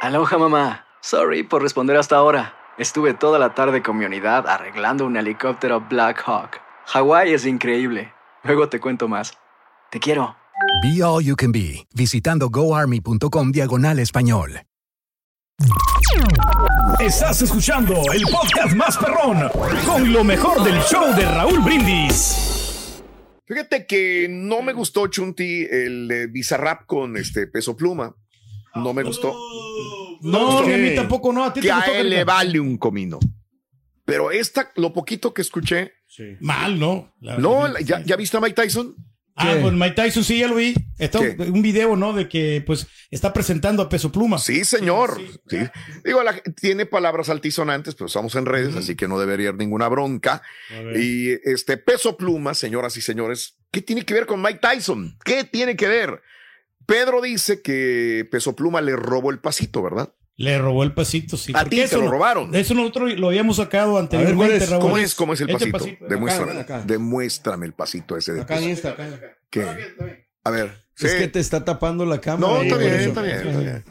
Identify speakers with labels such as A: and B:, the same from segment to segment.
A: Aloha mamá. Sorry por responder hasta ahora. Estuve toda la tarde con mi unidad arreglando un helicóptero Black Hawk. Hawái es increíble. Luego te cuento más. Te quiero.
B: Be All You Can Be, visitando goarmy.com diagonal español.
C: Estás escuchando el podcast más perrón con lo mejor del show de Raúl Brindis.
D: Fíjate que no me gustó Chunti el eh, Bizarrap con este peso pluma. No me gustó.
E: No, ni a mí tampoco Ah, no. A ti
D: Que
E: te
D: a
E: gustó
D: él le
E: Karim?
D: vale un comino. Pero esta, lo poquito que escuché,
E: Mal, ¿no? La-
D: no, la- ¿ya, ya viste a Mike Tyson?
E: Ah, pues Mike Tyson sí, ya lo vi. Está
D: ¿Qué?
E: un video, ¿no? De que pues está presentando a Peso Pluma.
D: Sí, señor. Sí. Digo, la- tiene palabras altisonantes, pero estamos en redes, así que no debería haber ninguna bronca. Y este peso pluma, señoras y señores, ¿qué tiene que ver con Mike Tyson? ¿Qué tiene que ver? Pedro dice que peso pluma le robó el pasito, ¿verdad?
E: Le robó el pasito, sí.
D: A
E: Porque
D: ti te
E: eso
D: lo
E: no-
D: robaron.
E: Eso nosotros lo habíamos sacado anteriormente,
F: ¿cuál es?
E: Raúl.
D: ¿Cómo es, cómo es el
E: Este
D: pasito? Demuéstrame,
F: ven acá.
D: demuéstrame el pasito ese de
F: Acá en
D: peso.
F: esta, acá en esta.
D: ¿Qué? A ver.
F: Es
D: sí.
F: que te está tapando la cámara.
D: No,
F: Sí,
D: está
F: por
D: bien,
F: eso.
D: está bien, está bien.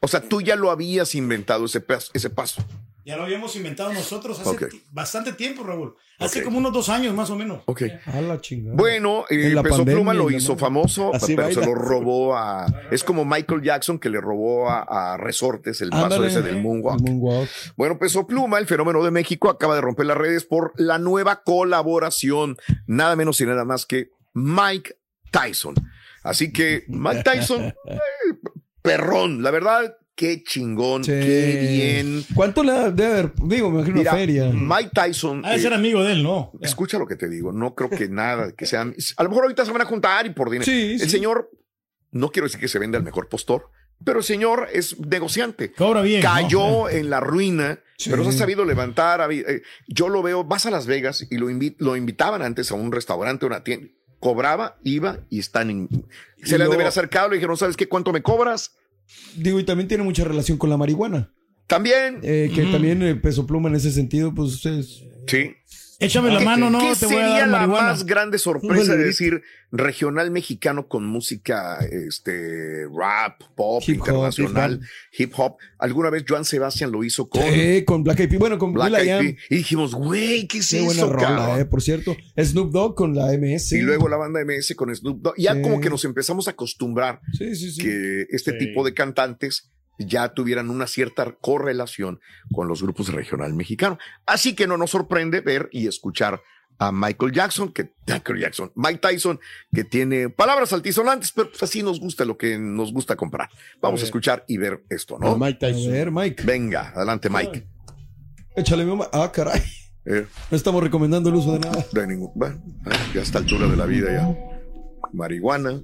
D: O sea, tú ya lo habías inventado ese paso. Ese paso.
E: Ya lo habíamos inventado nosotros hace
D: Ok.
E: ti- bastante tiempo, Raúl. Hace
D: Ok.
E: como unos dos años más o menos.
D: Ok.
F: A la chingada.
D: Bueno, eh,
F: En la
D: Peso
F: pandemia,
D: Pluma lo
F: en la
D: hizo
F: madre.
D: famoso,
F: Así
D: pero se
F: baila.
D: lo robó a. Es como Michael Jackson que le robó a, a Resortes el paso
F: Ándale.
D: ese del Moonwalk.
F: El moonwalk.
D: Bueno, Peso Pluma, el fenómeno de México, acaba de romper las redes por la nueva colaboración, nada menos y nada más que Mike Tyson. Así que Mike Tyson, eh, perrón, la verdad, qué chingón,
F: Sí.
D: Mm, qué bien.
F: ¿Cuánto le da- debe haber? Digo, me imagino
D: Mira,
F: una feria.
D: Mike Tyson.
E: Ha de
D: eh,
E: ser amigo de él, ¿no?
D: Escucha lo que te digo, no creo que nada, que sean. A lo mejor ahorita se van a juntar y por dinero.
F: Sí,
D: el
F: sí.
D: señor, no quiero decir que se vende al mejor postor, pero el señor es negociante.
E: Cobra bien. ¿no?
D: Cayó en la ruina,
F: Sí.
D: pero se ha sabido levantar. ha habido- eh, Yo lo veo, vas a Las Vegas y lo, invi- lo invitaban antes a un restaurante, a una tienda. Cobraba, iba y están en. Se
F: Y
D: le han de
F: luego-
D: haber acercado, le dijeron, ¿sabes qué? ¿Cuánto me cobras?
F: Digo, y también tiene mucha relación con la marihuana.
D: También.
F: Eh, que también el peso pluma en ese sentido, pues es.
D: sí.
E: Échame la
D: ¿Qué-
E: mano, no,
D: ¿Qué
E: te voy a
D: sería
E: dar
D: la
E: marihuana.
D: más grande sorpresa
F: Un
D: de
F: bolivito.
D: decir regional mexicano con música este rap, pop,
F: Hip hop,
D: internacional, hip hop? Alguna vez Joan Sebastián lo hizo con
F: Eh, con Black Eyed Peas. Bueno, con
D: Black
F: Will.i.am.
D: Eyed Peas. y dijimos, güey, ¿qué es
F: Qué buena
D: eso,
F: rola,
D: cabrón?"
F: eh, por cierto. Snoop Dogg con la MS.
D: Y luego la banda MS con Snoop Dogg. Ya
F: Sí.
D: como que nos empezamos a acostumbrar
F: Sí, sí, sí.
D: que este
E: Sí.
D: tipo de cantantes ya tuvieran una cierta correlación con los grupos regional mexicano. Así que no nos sorprende ver y escuchar a Michael Jackson, que Michael Jackson, Mike Tyson, que tiene palabras altisonantes, pero pues así nos gusta lo que nos gusta comprar. Vamos a, escuchar y ver esto, ¿no?
F: Mike Tyson. A ver, Mike.
D: Venga, adelante Mike.
F: Échale mi mamá. Ah, caray.
D: Eh,
F: No estamos recomendando el uso de nada.
D: de ningún- bueno, eh, ya a esta altura de la vida ya. Marihuana,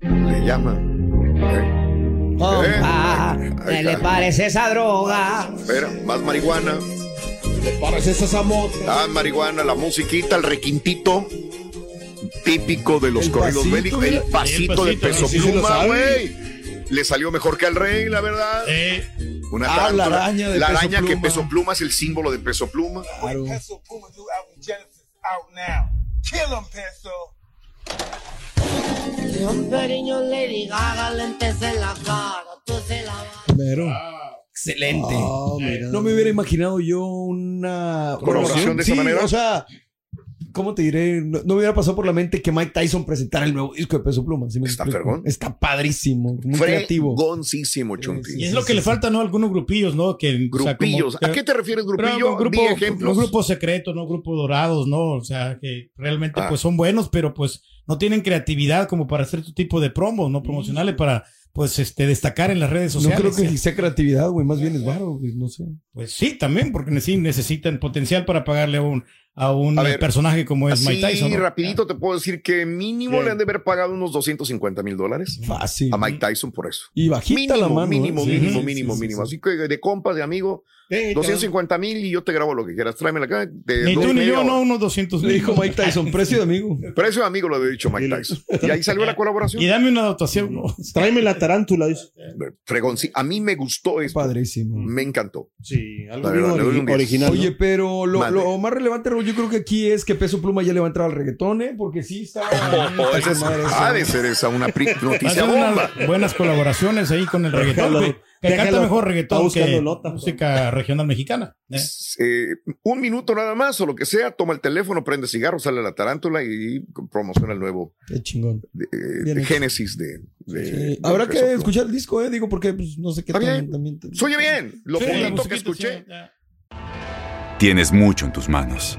D: le llama. eh,
F: Ah.
D: eh, ahí
G: Ah, ¿Qué le
D: está.
G: parece esa droga?
D: Espera, más marihuana.
F: Para esas amor.
D: Ah, marihuana, la musiquita, el requintito. Típico de los
F: El
D: corridos
F: pasito,
D: bélicos.
F: mira.
D: El pasito de
E: pasito,
D: peso
E: ¿no?
F: Sí, sí lo
D: pluma,
F: sabe.
D: güey. Le salió mejor que al rey, la verdad.
E: Eh,
D: Una
F: Ah, la
D: tarántula.
F: araña de
D: La
F: Peso
D: araña que
F: Pluma.
D: peso pluma es el símbolo de peso pluma.
F: Claro.
G: Un cariño Lady Gaga, lentes en la cara, tú se la vas.
F: Primero.
E: Excelente.
F: Ah, mira. No me hubiera imaginado yo una
D: ¿Colaboración de esa
F: Sí,
D: manera?
F: O sea, ¿cómo te diré? No, no me hubiera pasado por la mente que Mike Tyson presentara el nuevo disco de Peso Pluma. ¿sí me
D: Está
F: explico?
D: fregón.
F: Está padrísimo, muy creativo.
D: Fregoncísimo, Chunti.
E: Y es lo que le falta, ¿no? Algunos grupillos, ¿no? Que, o sea, como-
D: Grupillos. ¿A qué te refieres,
E: Pero
D: grupillo?
E: un
D: Di
E: grupo,
D: ejemplos.
E: un grupo secreto, no grupo dorados, no, o sea, que realmente
D: Ah.
E: pues son buenos, pero pues no tienen creatividad como para hacer tu tipo de promos, no
D: Mm.
E: promocionales para pues este destacar en las redes
F: No
E: sociales.
F: creo que sea creatividad, güey. Más bien es varo, güey. No sé.
E: Pues sí, también porque sí necesitan potencial para pagarle a un a un
D: A ver,
E: personaje como es
D: Así,
E: Mike pues, Tyson. ¿no?
D: rapidito te puedo decir que mínimo
E: Bien.
D: le han de haber pagado unos 250 mil dólares
F: Fácil.
D: a Mike Tyson por eso.
F: Y bajita
D: Mínimo,
F: la mano. ¿eh?
D: mínimo,
F: Sí,
D: mínimo,
F: sí,
D: mínimo,
F: sí,
D: mínimo.
F: sí.
D: Así que de compa, de amigo,
E: Eh,
D: 250 mil y yo te grabo lo que quieras. Tráemela acá. De
E: Ni
D: dos
E: tú
D: y
E: ni
D: media
E: yo, no,
D: hora.
E: unos 200
F: Le
E: mil.
F: dijo Mike Tyson, precio de amigo.
D: Precio de amigo lo había dicho Mike Tyson. Y ahí salió la
E: Y
D: colaboración.
E: dame una dotación. ¿no?
H: Tráeme la tarántula. dice.
D: Fregón, sí, a mí me gustó esto.
F: Padrísimo.
D: Me encantó.
H: Sí, algo
D: La verdad,
H: bien
D: le doy un
H: ori-
D: diez.
H: original. ¿no?
F: Oye, pero lo,
D: Madre.
F: lo más relevante, Raúl, yo creo que aquí es que Peso Pluma ya le va a entrar al reggaetón, ¿eh? Porque sí está.
D: Oh, esa es-
F: Ah, Madre,
D: ha
F: sí.
D: de ser esa una pri- noticia
E: Hacen
D: bomba.
E: unas buenas colaboraciones ahí con el reggaetón.
H: Déjalo,
E: güey. que canta
H: déjalo,
E: mejor
H: está
E: reggaetón
H: buscando
E: que
H: nota.
E: música regional mexicana. ¿eh?
D: Eh, un minuto nada más o lo que sea, toma el teléfono, prende cigarro, sale la tarántula y promociona el nuevo
F: Qué chingón.
D: eh,
F: Bien
D: de
F: hecho.
D: Génesis de, de-
F: Sí.
D: de
F: Habrá
D: Peso
F: que
D: Pluma.
F: escuchar el disco, ¿eh? Digo, porque pues, no sé qué
D: Está
F: tan-
D: bien.
F: también.
D: Se oye bien, lo
E: Sí, la
D: poquito que
E: musiquita,
D: escuché.
E: sí, ya.
I: Tienes mucho en tus manos.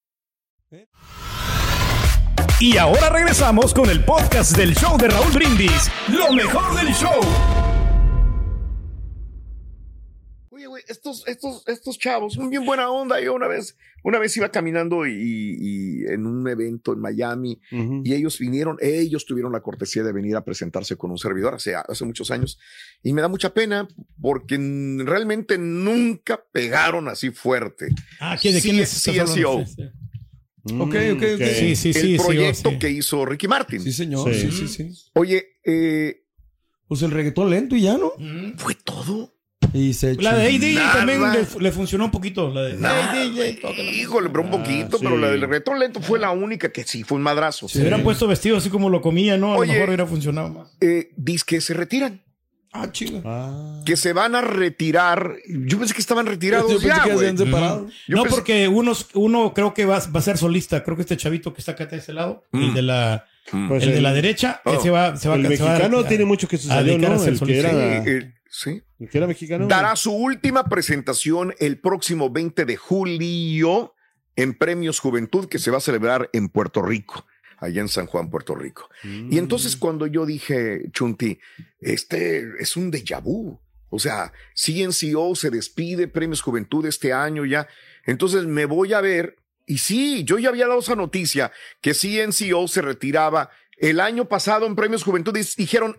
C: Y ahora regresamos con el podcast del show de Raúl Brindis. Lo mejor del show.
D: Oye, güey, estos, estos, estos chavos son bien buena onda. Yo una vez, una vez iba caminando y, y en un evento en Miami
H: Ujú.
D: y ellos vinieron, ellos tuvieron la cortesía de venir a presentarse con un servidor hace, hace muchos años y me da mucha pena porque n- realmente nunca pegaron así fuerte.
E: Ah, ¿quién- ¿de quién es?
D: Sí,
E: estás
D: CSO.
E: hablando? Sí, sí.
H: Mm,
F: Ok, ok, ok.
E: Sí, sí,
D: El
E: sí. sí,
D: proyecto
E: sí.
D: que hizo Ricky Martin.
F: Sí, señor.
H: Sí.
F: Sí, sí, sí.
D: Oye, eh,
F: Pues el reggaetón lento y ya, ¿no?
E: Mm.
D: fue todo.
F: Y se
E: La de AD
D: Nada.
E: también le, le funcionó un poquito. La de
D: Nada.
E: Hey, DJ, tócala.
D: Híjole, pero un poquito,
H: sí.
D: pero la del reto lento fue la única que sí fue un madrazo.
E: Se hubieran puesto vestido así como lo comía, ¿no? A
D: Oye.
E: lo mejor hubiera funcionado más.
D: Eh, Dice que se retiran.
F: Ah, chinga.
H: Ah.
D: que se van a retirar. Yo pensé que estaban retirados
F: Yo pensé
D: ya,
F: que ya se
D: güey.
F: habían separado.
H: Mm.
D: Yo
E: no,
D: pensé-
E: porque unos, uno creo que va, va a ser solista. Creo que este chavito que está acá de este lado, el de la,
H: Pues
E: el de
H: el-
E: la derecha,
D: Mm. Oh.
E: ese va, se va
H: el
E: se va a
H: mexicano
E: retirar.
H: tiene mucho que se
E: a
H: salió,
E: dedicar a
H: ¿no?
E: ser
H: El que,
E: solista.
H: era,
D: Sí, eh, sí.
H: el que era mexicano.
D: Dará su última presentación el próximo 20 de julio en Premios Juventud que se va a celebrar en Puerto Rico, allá en San Juan, Puerto Rico. Y entonces cuando yo dije, Chunti, este es un déjà vu. O sea, CNCO se despide, Premios Juventud este año ya. Entonces me voy a ver. Y sí, yo ya había dado esa noticia que CNCO se retiraba. El año pasado en Premios Juventud dis- dijeron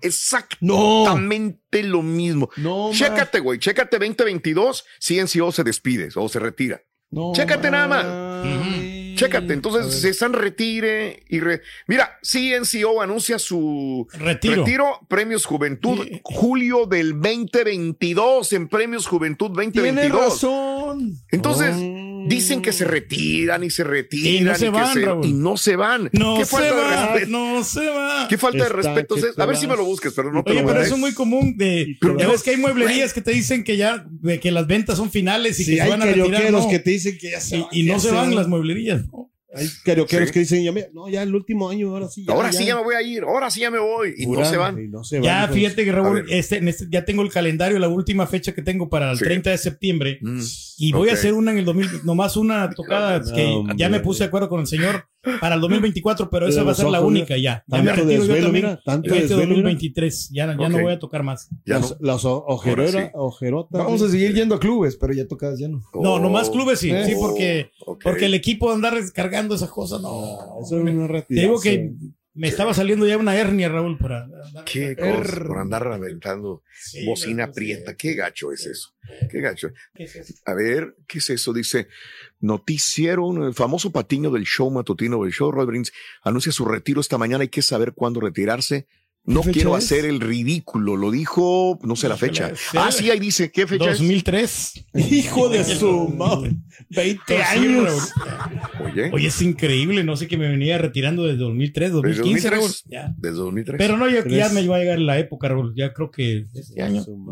D: exactamente lo mismo.
F: No, ma-
D: Chécate, güey, chécate 2022, CNCO se despide o se retira.
F: no
D: chécate nada más.
F: mames.
D: Chécate,
F: A ver.
D: entonces se están retire y re- mira, CNCO anuncia su
E: Retiro.
D: retiro, Premios Juventud
E: Sí.
D: julio del 2022 en Premios Juventud
F: Tienes
D: 2022.
F: razón.
D: Entonces
H: Oh.
D: dicen que se retiran y se retiran
E: Y no se
D: que
E: van,
D: se-
E: Raúl.
D: y no se van.
E: No
D: ¿Qué
E: se
D: falta de
E: va,
D: respeto?
E: no se va.
D: ¿Qué falta de
H: Está
D: respeto
H: que
D: es-
H: te
D: A ver si me lo
H: vas.
D: busques, pero no te
E: Oye,
D: lo
E: pero
D: voy a-
E: eso es muy común de...
H: pero-
E: Ya ves que hay mueblerías que te dicen que ya, de que las ventas son finales y
H: Sí,
E: que se
H: hay
E: van a retirar.
H: carioqueros
E: no.
H: que te dicen que ya se
E: Y, y no
H: ya
E: se van las mueblerías. ¿no?
H: Hay carioqueros
D: Sí.
H: que dicen, ya, mira, no, ya el último año, ahora sí.
D: Ahora sí ya me voy a ir, ahora sí ya me voy y no
H: Juran,
D: se van.
H: y no se
E: Ya,
H: van, pues.
E: fíjate que
D: A
E: Raúl,
D: ver.
E: este, en este- ya tengo el calendario, la última fecha que tengo para el
D: Sí.
E: 30 de septiembre.
D: Mm.
E: Y voy
D: Ok.
E: a hacer una en el 2000, nomás una tocada
H: No,
E: que
H: hombre.
E: ya me puse de acuerdo con el señor para el 2024, pero
H: Mira
E: esa va a
H: los
E: ser la
H: ojos,
E: única ya. Ya me
H: Tanto
E: retiro yo
H: desvelo,
E: también.
H: mira, tanto
E: en este
H: desvelo, mira.
E: 2023, ya, ya no
D: Ok.
E: voy a tocar más.
D: Ya
H: las,
D: no.
H: las o- ojerera-
D: Ahora sí.
H: ojerotas.
F: Vamos
H: ¿no?
F: a seguir yendo a clubes, pero ya tocadas ya no.
E: No,
D: Oh,
E: nomás clubes sí,
F: eh.
E: sí, porque,
D: ok.
E: porque el equipo de andar descargando esas cosas, no.
H: Eso es una
E: Te digo que Me estaba saliendo ya una hernia, Raúl, para.
D: Qué cosa,
E: Er.
D: por andar aventando
E: pues,
D: bocina prieta. Qué gacho es eso. eh, Qué gacho. A ver, ¿qué es eso? Dice, noticiero, el famoso patiño del show matutino del show, Roy Brins, anuncia su retiro esta mañana. Hay que saber cuándo retirarse. No
F: fecha
D: quiero
F: es?
D: hacer el ridículo, lo dijo, no sé la fecha.
E: Híjole,
D: Ah,
E: sí.
D: sí, ahí dice, ¿qué fecha es?
E: 2003.
H: Hijo de su madre. 20 años.
D: Oye,
E: Oye, es increíble. No sé que me venía retirando desde 2003,
D: Desde 2003.
E: 2015, Raúl. Ya.
D: desde 2003.
E: Pero no, ya, ya
H: Tres.
E: me va a llegar la época, Raúl. Ya creo que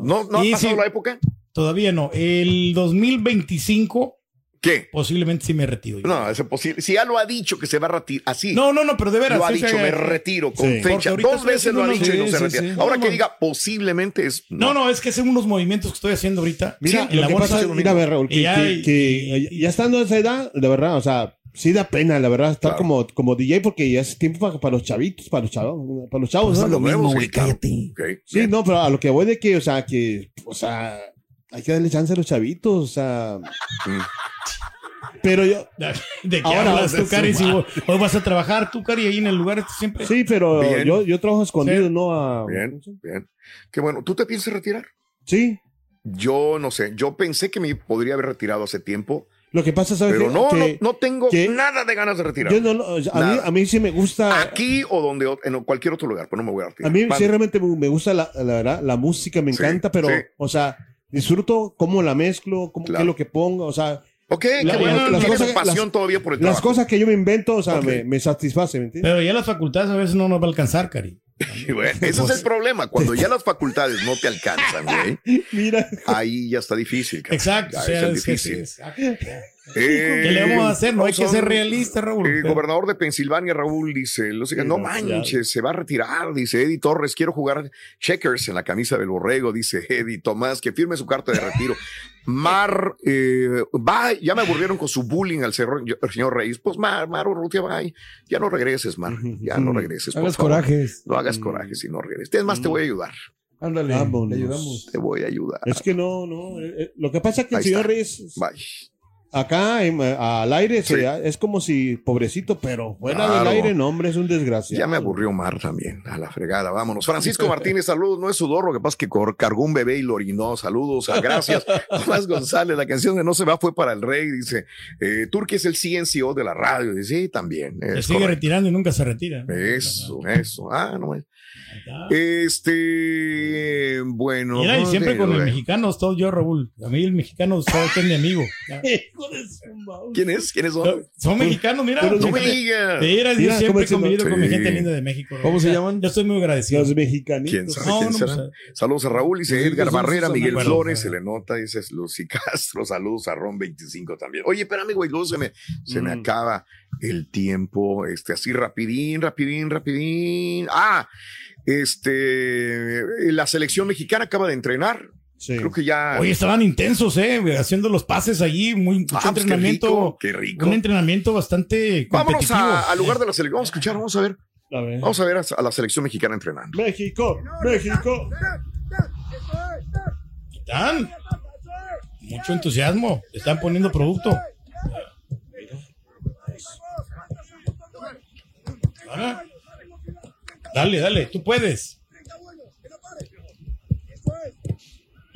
D: ¿No, no ha
E: Sí,
D: pasado
E: sí.
D: la época?
E: todavía no. El 2025
D: ¿Qué?
E: posiblemente sí me retiro. yo.
D: No, es imposible. Si ya lo ha dicho que se va a retirar, así.
E: no, no, no, pero de veras.
D: lo ha
E: sí se
D: dicho,
E: haga-
D: me retiro con
H: Sí.
E: Porque
D: fecha.
E: ahorita
D: Dos
E: estoy
D: veces lo ha
E: haciendo
D: dicho y no
H: unos-
D: se
H: sí,
D: retira.
H: sí, sí.
D: Ahora
E: No,
D: que
E: no.
D: diga posiblemente es.
E: No, no, es que son unos movimientos que estoy haciendo ahorita.
H: Mira,
E: en la
H: lo que
E: bolsa.
H: pasa, mira, a ver, Raúl, que,
E: Y ya-
H: que- que ya estando a esa edad, la verdad, o sea, sí da pena, la verdad, estar
D: Claro.
H: como, como DJ porque ya es tiempo para, para los chavitos, para los chavos, para los chavos,
D: Pues
H: ¿no?
D: lo mismo, güey,
F: cállate.
D: Ok,
H: Sí,
D: bien.
H: no, pero a lo que voy de que, o sea, que, o sea, hay que darle chance a los chavitos, o sea. Pero yo,
E: ¿De qué
H: Ahora
E: hablas
H: vas a
E: tú, Cari? Si
H: sumar.
E: hoy, hoy vas a trabajar tú, Cari, ahí en el lugar este siempre.
H: sí, pero
D: Bien.
H: yo, yo trabajo escondido,
E: Sí.
H: ¿no? A,
D: Bien, bien. Qué bueno. ¿Tú te piensas retirar?
H: Sí.
D: Yo no sé. Yo pensé que me podría haber retirado hace tiempo,
H: Lo que pasa, ¿sabes?
D: pero
H: qué?
D: no,
H: que
D: no, no tengo
H: que-
D: nada de ganas de retirar.
H: yo no, lo- o sea, a, mí,
D: Nada. Ah,
H: a mí sí me gusta.
D: Aquí o donde o- en cualquier otro lugar, pero no me voy a
H: A
D: retirar.
H: mí
D: Este, Vale.
H: sí realmente me me gusta la, la verdad, la música me
D: Sí,
H: encanta, pero,
D: sí.
H: o sea, disfruto cómo la mezclo, cómo
D: Claro.
H: qué es lo que pongo, o sea,
D: Ok, qué
H: la-
D: bueno.
H: las
D: tienes
H: cosas-
D: pasión
H: las-
D: todavía por el
H: las
D: Pues trabajo.
H: cosas que yo me invento, o sea,
D: Ok.
H: me, me satisface, ¿me entiendes?
E: Pero ya las facultades a veces no nos va a alcanzar, Cari.
D: Y bueno, ese es el problema. Cuando ya las facultades no te alcanzan, güey,
H: Mira,
D: ahí ya está difícil. cabrón.
E: Exacto.
D: Ya
E: o sea,
D: es el
E: es que sí,
D: difícil.
E: exacto.
D: Eh,
E: ¿Qué le vamos a hacer? No hay que
D: son-
E: ser realista, Raúl.
D: El
E: Pero-
D: gobernador de Pensilvania, Raúl, dice, no, sé qué,
H: Sí,
D: no
H: no,
D: manches, se va a retirar, dice Eddie Torres, quiero jugar checkers en la camisa del borrego, dice Eddie Tomás, que firme su carta de retiro. Mar, eh, va, ya me aburrieron con su bullying al cerro- yo- al señor Reyes, pues Mar, Mar Urrutia, bye. ya no regreses, Mar, ya no regreses. por
F: Hagas
D: favor.
F: corajes.
D: No hagas coraje si no regreses. Es
E: Mm.
D: más, te voy a ayudar,
H: Mm,
F: Ándale.
H: Vámonos.
F: Le ayudamos.
D: te voy a ayudar.
H: es que no, no. eh, eh, Lo que pasa es que el
D: Ahí
H: señor
D: está.
H: Reyes,
D: Bye.
H: acá en- eh, al aire, se-
D: Sí.
H: es como si pobrecito, pero fuera del
D: Claro.
H: aire, no, hombre, es un desgraciado.
D: Ya me aburrió Mar también, a la fregada, vámonos. Francisco Martínez, saludos, no es sudor, lo que pasa es que cor- cargó un bebé y lo orinó, saludos, ah, gracias. Tomás González, la canción de No se va fue para el rey, dice, eh, Turki es el CNCO de la radio, dice, sí, también.
E: Se
D: es
E: sigue
D: correcto.
E: retirando y nunca se retira.
D: Eso, eso, ah, no, eh.
E: Ajá.
D: este, bueno.
E: Ah. Mira, y
D: no
E: siempre
D: sé,
E: con
H: eh.
E: el
D: güey.
E: mexicano estoy yo, Raúl. A mí el mexicano todo es mi amigo. Ya.
D: ¿Quién es? ¿Quién es?
E: No, Son mexicanos, mira.
H: Pero
D: No
E: Mira,
D: me digas.
E: mira, yo
H: Mira,
E: siempre he
H: cómo
E: convivido con mi
D: sí.
E: gente linda de México. Raúl.
F: ah, ¿Cómo se
E: O sea,
F: llaman?
E: Yo estoy muy agradecido.
H: Los mexicanitos.
D: ¿Quién sabe?
E: No,
D: ¿Quién
E: no,
D: será?
E: pues,
D: Saludos a Raúl, dice
F: Sí,
D: Edgar
F: sí, sí,
D: Barrera,
F: sí,
D: Miguel
E: me acuerdo,
D: Flores,
E: sí.
D: se le nota, dice Lucy Castro, saludos a Ron 25 también. Oye, espérame, güey, luego se me, se
E: Mm.
D: me acaba el tiempo, este, así rapidín, rapidín, rapidín. Ah, este, la selección mexicana acaba de entrenar,
H: Sí.
D: creo que ya.
E: Oye, estaban intensos, ¿eh? Haciendo los pases allí, muy mucho
D: Ah, pues, qué rico,
E: entrenamiento.
D: qué rico.
E: Un entrenamiento bastante
D: Vámonos
E: competitivo.
D: a- al lugar de Oh. la selección, vamos a escuchar, vamos a ver,
H: A ver.
D: vamos a ver a, a la selección mexicana entrenando.
H: México, México.
E: Están. Mucho entusiasmo. Están poniendo producto. Ahora. Dale, dale, tú puedes.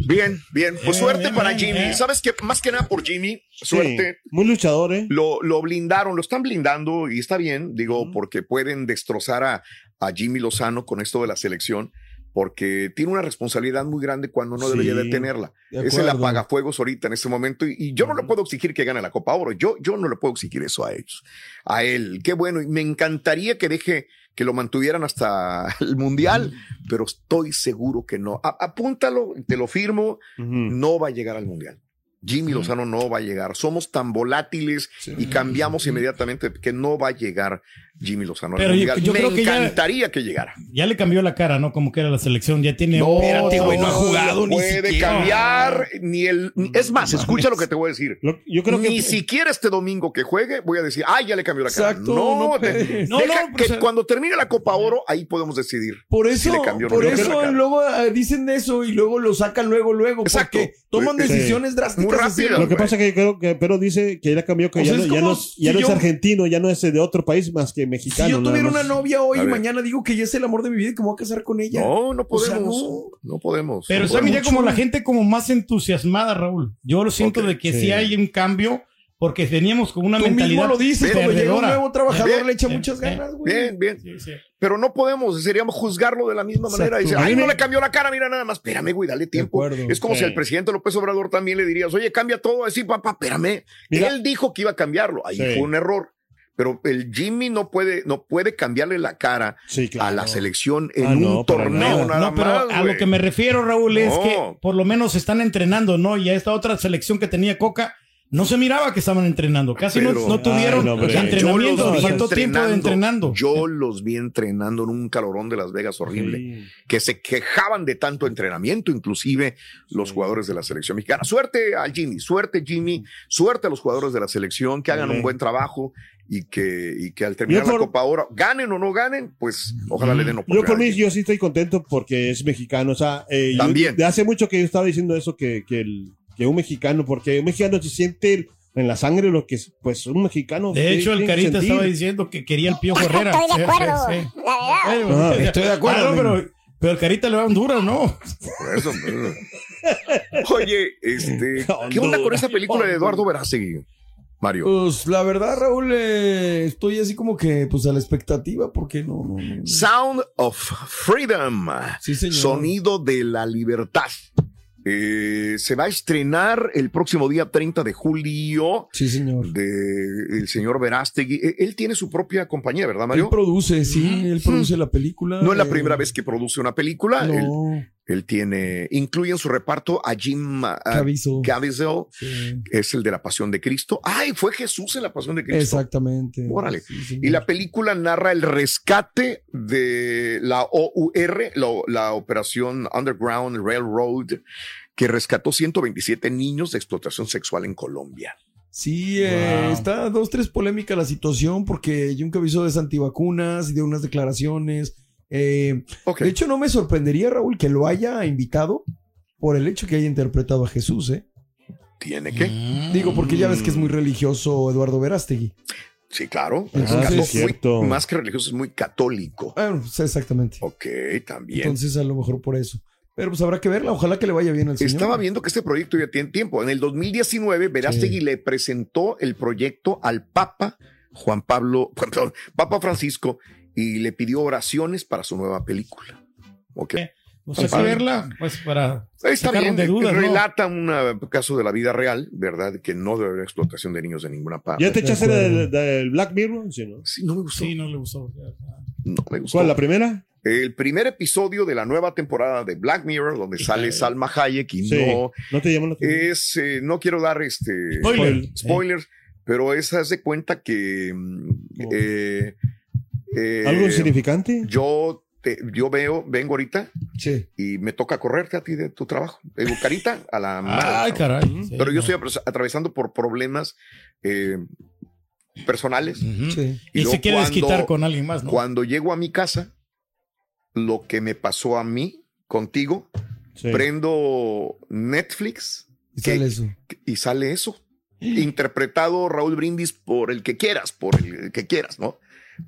D: Bien, bien, pues
E: Eh,
D: suerte
E: bien,
D: para
E: bien,
D: Jimmy.
E: eh.
D: ¿Sabes qué? Más que nada por Jimmy, suerte.
H: Sí, muy luchador, ¿eh?
D: lo, lo blindaron, lo están blindando y está bien, digo, porque pueden destrozar a, a Jimmy Lozano con esto de la selección, porque tiene una responsabilidad muy grande cuando no debería
H: Sí,
D: de tenerla.
F: de
D: es el
F: acuerdo.
D: apagafuegos ahorita en este momento y, y yo no le puedo exigir que gane la Copa Oro, yo, yo no le puedo exigir eso a ellos, a él. Qué bueno, y me encantaría que deje que lo mantuvieran hasta el Mundial, pero estoy seguro que no. A- apúntalo, te lo firmo,
H: Ujú.
D: no va a llegar al mundial. Jimmy Lozano no va a llegar. Somos tan volátiles y cambiamos inmediatamente que no va a llegar Jimmy Lozano. al
E: Pero yo-
D: Mundial.
E: yo
D: Me
E: creo que ya-
D: encantaría que llegara.
E: Ya le cambió la cara, ¿no? Como que era la selección. Ya tiene.
F: espérate, güey, no ha jugado ni
D: puede
F: siquiera.
D: cambiar ni el. ni- es más, escucha lo que te voy a decir.
H: Lo- yo creo que.
D: ni siquiera este domingo que juegue voy a decir, ah, ya le cambió la cara.
F: Exacto,
D: no,
F: no
D: te-
F: puede.
E: No,
D: deja
E: no, pero,
D: que
E: o sea-
D: cuando termine la Copa Oro, ahí podemos decidir.
F: Por
D: Sí
F: eso,
D: le cambió, no
F: por
D: le cambió la
F: eso eh,
D: cara.
F: luego ah, dicen eso y luego lo sacan luego, luego.
D: Exacto.
F: Porque toman
D: Sí.
F: decisiones
D: Muy
F: drásticas
D: rápido.
H: Lo que
D: güey.
H: pasa que creo que Pero dice que ya cambió, que
F: O
H: ya,
F: sea,
H: no,
F: es
H: ya
F: como
H: no- ya
F: si
H: no es
F: yo-
H: argentino, ya no es de otro país más que mexicano.
F: Si yo
H: nada
F: tuviera
H: más.
F: una novia hoy
D: A
F: y
D: ver.
F: mañana digo que ya es el amor de mi vida y que me voy a casar con ella.
D: No, no
F: O sea,
D: podemos.
F: no.
D: no. podemos.
E: Pero
D: no
E: ¿saben ya
D: podemos.
E: como la gente como más entusiasmada, Raúl? Yo lo siento
D: Ok,
E: de que
H: sí.
E: sí. hay un cambio porque teníamos como una
F: Tú mismo
E: mentalidad.
F: lo dices, cuando llega un
E: perdedora.
F: nuevo trabajador
D: Bien,
F: le echa
E: bien,
F: muchas
E: bien.
F: ganas, güey.
D: Bien, bien.
E: Sí, sí.
D: Pero no podemos, seríamos juzgarlo de la misma
H: Exacto.
D: manera. Dice,
H: A
D: ay,
H: mí
D: no
H: me-
D: le cambió la cara, mira nada más. Espérame, güey, dale tiempo.
F: acuerdo.
D: Es como
H: Sí.
D: si al presidente López Obrador también le dirías, oye, cambia todo. Así, papá, espérame.
H: Mira.
D: Él dijo que iba a cambiarlo. Ahí
H: Sí.
D: fue un error. Pero el Jimmy no puede, no puede cambiarle la cara
H: Sí, claro.
D: a la selección en
H: Ah,
D: un
H: no, para
D: torneo
H: nada.
D: nada
E: no, pero
D: más,
E: a
D: güey.
E: lo que me refiero, Raúl, es
D: No.
E: que por lo menos están entrenando, ¿no? Y a esta otra selección que tenía Coca, no se miraba que estaban entrenando. Casi no-
D: Pero-
E: no, tuvieron
H: Ay, no, hombre.
D: Yo
E: entrenamiento,
D: los vi
E: faltó tiempo de entrenando.
D: Yo los vi entrenando en un calorón de Las Vegas horrible.
H: Sí.
D: que se quejaban de tanto entrenamiento, inclusive los jugadores de la selección mexicana. Suerte a Jimmy, suerte Jimmy, suerte a los jugadores de la selección que hagan
H: Sí.
D: un buen trabajo y que, y que al terminar
H: Yo
D: la
H: por-
D: Copa ahora, ganen o no ganen, pues ojalá le den
H: Yo
D: oportunidad.
H: por mí, yo sí estoy contento porque es mexicano. O sea, eh, yo-
D: También.
H: de hace mucho que yo estaba diciendo eso, que, que, el- que un mexicano, porque un mexicano se siente el- en la sangre lo que es, pues un mexicano.
E: De hecho, el
H: tiene que
E: Carita
H: sentir.
E: estaba diciendo que quería el Pío Herrera. Estoy de acuerdo.
H: Ah,
E: Estoy de acuerdo. pero, pero el Carita le va a Honduras, ¿no?
D: Por eso, pues. Oye, este, ¿qué onda con esta película de Eduardo Verástegui, Mario?
F: Pues la verdad, Raúl, eh, estoy así como que pues a la expectativa porque no, no, no.
D: Sound of Freedom.
F: Sí, señor.
D: Sonido de la Libertad. Eh, se va a estrenar el próximo día 30 de julio
F: Sí, señor.
D: de el señor Verástegui. E- Él tiene su propia compañía, ¿verdad,
F: Él
D: Mario? Mm.
F: produce, sí, él produce la película.
D: No es la
F: eh,
D: primera vez que produce una película. Él,
F: No,
D: él tiene, incluye en su reparto a Jim ah,
F: Cavizo.
D: Caviezel,
F: sí,
D: que es el de la Pasión de Cristo. Ay, fue Jesús en la Pasión de Cristo.
F: Exactamente.
D: Órale.
F: Sí, señor.
D: Y la película narra el rescate de la OUR, la, la Operación Underground Railroad, que rescató 127 niños de explotación sexual en Colombia.
F: Sí, eh,
E: Wow.
F: está dos, tres polémica la situación porque Jun Cavizo es antivacunas y dio unas declaraciones. Eh,
D: Ok.
F: De hecho, no me sorprendería, Raúl, que lo haya invitado por el hecho que haya interpretado a Jesús, ¿eh?
D: ¿Tiene que?
E: Ah.
F: Digo, porque ya ves que es
D: Mm.
F: muy religioso Eduardo Verástegui.
D: Sí, claro.
F: Ah,
D: Es
F: sí,
D: cató-
F: es
D: muy-
H: cierto.
D: más que religioso, es muy católico.
F: Ah, sí, exactamente.
D: Ok, también.
F: Entonces, a lo mejor por eso. Pero pues habrá que verla. Ojalá que le vaya bien al señor.
D: Estaba viendo que este proyecto ya tiene tiempo. En el 2019, Verástegui le presentó el proyecto al Papa Juan Pablo, perdón, Papa Francisco, y le pidió oraciones para su nueva película. Ok.
E: No sé si
D: Padre.
E: verla, pues para.
D: Está
E: Eh, sacaron
D: bien,
E: de dudas, ¿no?
D: relata un ah, caso de la vida real, ¿verdad? Que no debe haber explotación de niños de ninguna parte.
H: ¿Ya te
F: De
H: echaste
F: acuerdo.
H: del, del Black Mirror? Sí, ¿no?
D: Sí, no me gustó.
E: Sí, no le gustó.
D: No me gustó.
H: ¿Cuál, la primera?
D: El primer episodio de la nueva temporada de Black Mirror, donde sale Salma Hayek y
H: Sí.
D: no
H: ¿No te llamó la atención?
D: es, eh, no quiero dar este
E: Spoiler. eh.
D: spoilers, pero esa se cuenta que mm,
H: Oh.
D: eh, eh,
H: ¿Algo insignificante?
D: yo te- yo veo, vengo ahorita
F: Sí.
D: y me toca correrte a ti de tu trabajo. Digo, carita, a la madre.
E: Ay,
D: cabrón.
E: caray. sí,
D: Pero yo
E: no.
D: estoy apres- atravesando por problemas eh, personales.
E: Ujú.
F: Sí.
E: Y,
D: luego
E: se quiere
D: cuando-
E: desquitar con alguien más, ¿no?
D: Cuando llego a mi casa, lo que me pasó a mí contigo,
H: Sí.
D: prendo Netflix
F: Y
D: ¿Qué?
F: sale eso.
D: y sale eso.
F: Mm.
D: Interpretado Raúl Brindis por el que quieras, por el que quieras, ¿no?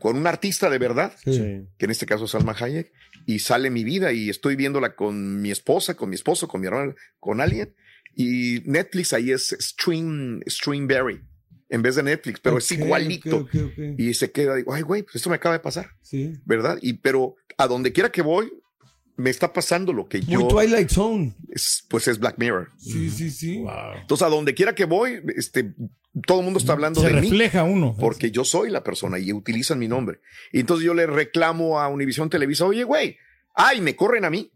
D: Con un artista de verdad,
F: Sí.
H: Sí.
D: que en este caso es Salma Hayek, y sale mi vida y estoy viéndola con mi esposa, con mi esposo, con mi hermano, con alguien. Y Netflix ahí es Stream, Streamberry, en vez de Netflix, pero es
F: Ok,
D: igualito.
F: ok, ok, ok.
D: Y se queda, digo, ay, güey, pues esto me acaba de pasar,
F: Sí.
D: ¿verdad? Y pero a donde quiera que voy, me está pasando lo que
F: Muy
D: yo,
F: Twilight Zone.
D: es- pues es Black Mirror.
F: Sí, sí, sí.
D: Entonces, a donde quiera que voy, este, todo el mundo
F: Mm,
D: está hablando
E: se
D: de mí
E: refleja
F: pues,
E: uno.
D: porque yo soy la persona y utilizan mi nombre. Y entonces yo le reclamo a Univisión Televisa, oye, güey, ay, me corren a mí,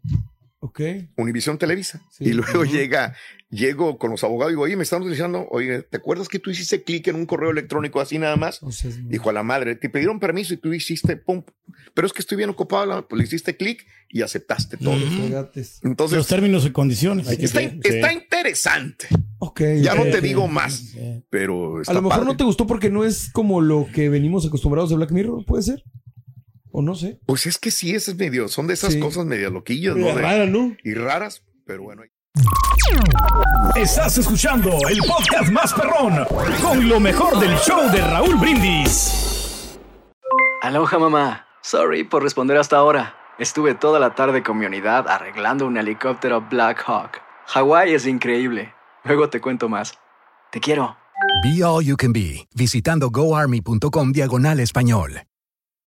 F: Ok.
D: Univisión Televisa.
F: Sí,
D: y luego
F: ujú.
D: llega, llego con los abogados y digo, oye, me están utilizando, oye, ¿te acuerdas que tú hiciste clic en un correo electrónico así nada más?
F: O sea, es-
D: Dijo a la madre, te pidieron permiso y tú hiciste, pum, pero es que estoy bien ocupado, la- pues le hiciste clic y aceptaste todo.
E: Ujú.
F: Regates.
E: Los
D: Entonces,
E: términos y condiciones.
H: Hay que-
D: está,
H: sí.
D: está interesante,
F: Ok.
D: Ya no
F: ok.
D: te digo más. pero
F: A lo mejor no te
D: te...
F: gustó porque no es como lo que venimos acostumbrados de Black Mirror, puede ser. O no sé.
D: Pues es que sí, ese es medio, son de esas
F: Sí.
D: cosas medio loquillas, ¿no? De-
H: Rara, ¿no?
D: y raras, pero bueno.
C: Estás escuchando el podcast más perrón con lo mejor del show de Raúl Brindis.
A: Aloha mamá. Sorry por responder hasta ahora. Estuve toda la tarde con mi unidad arreglando un helicóptero Black Hawk. Hawái es increíble. Luego te cuento más. Te quiero.
B: Be All You Can Be, visitando goarmy.com diagonal español.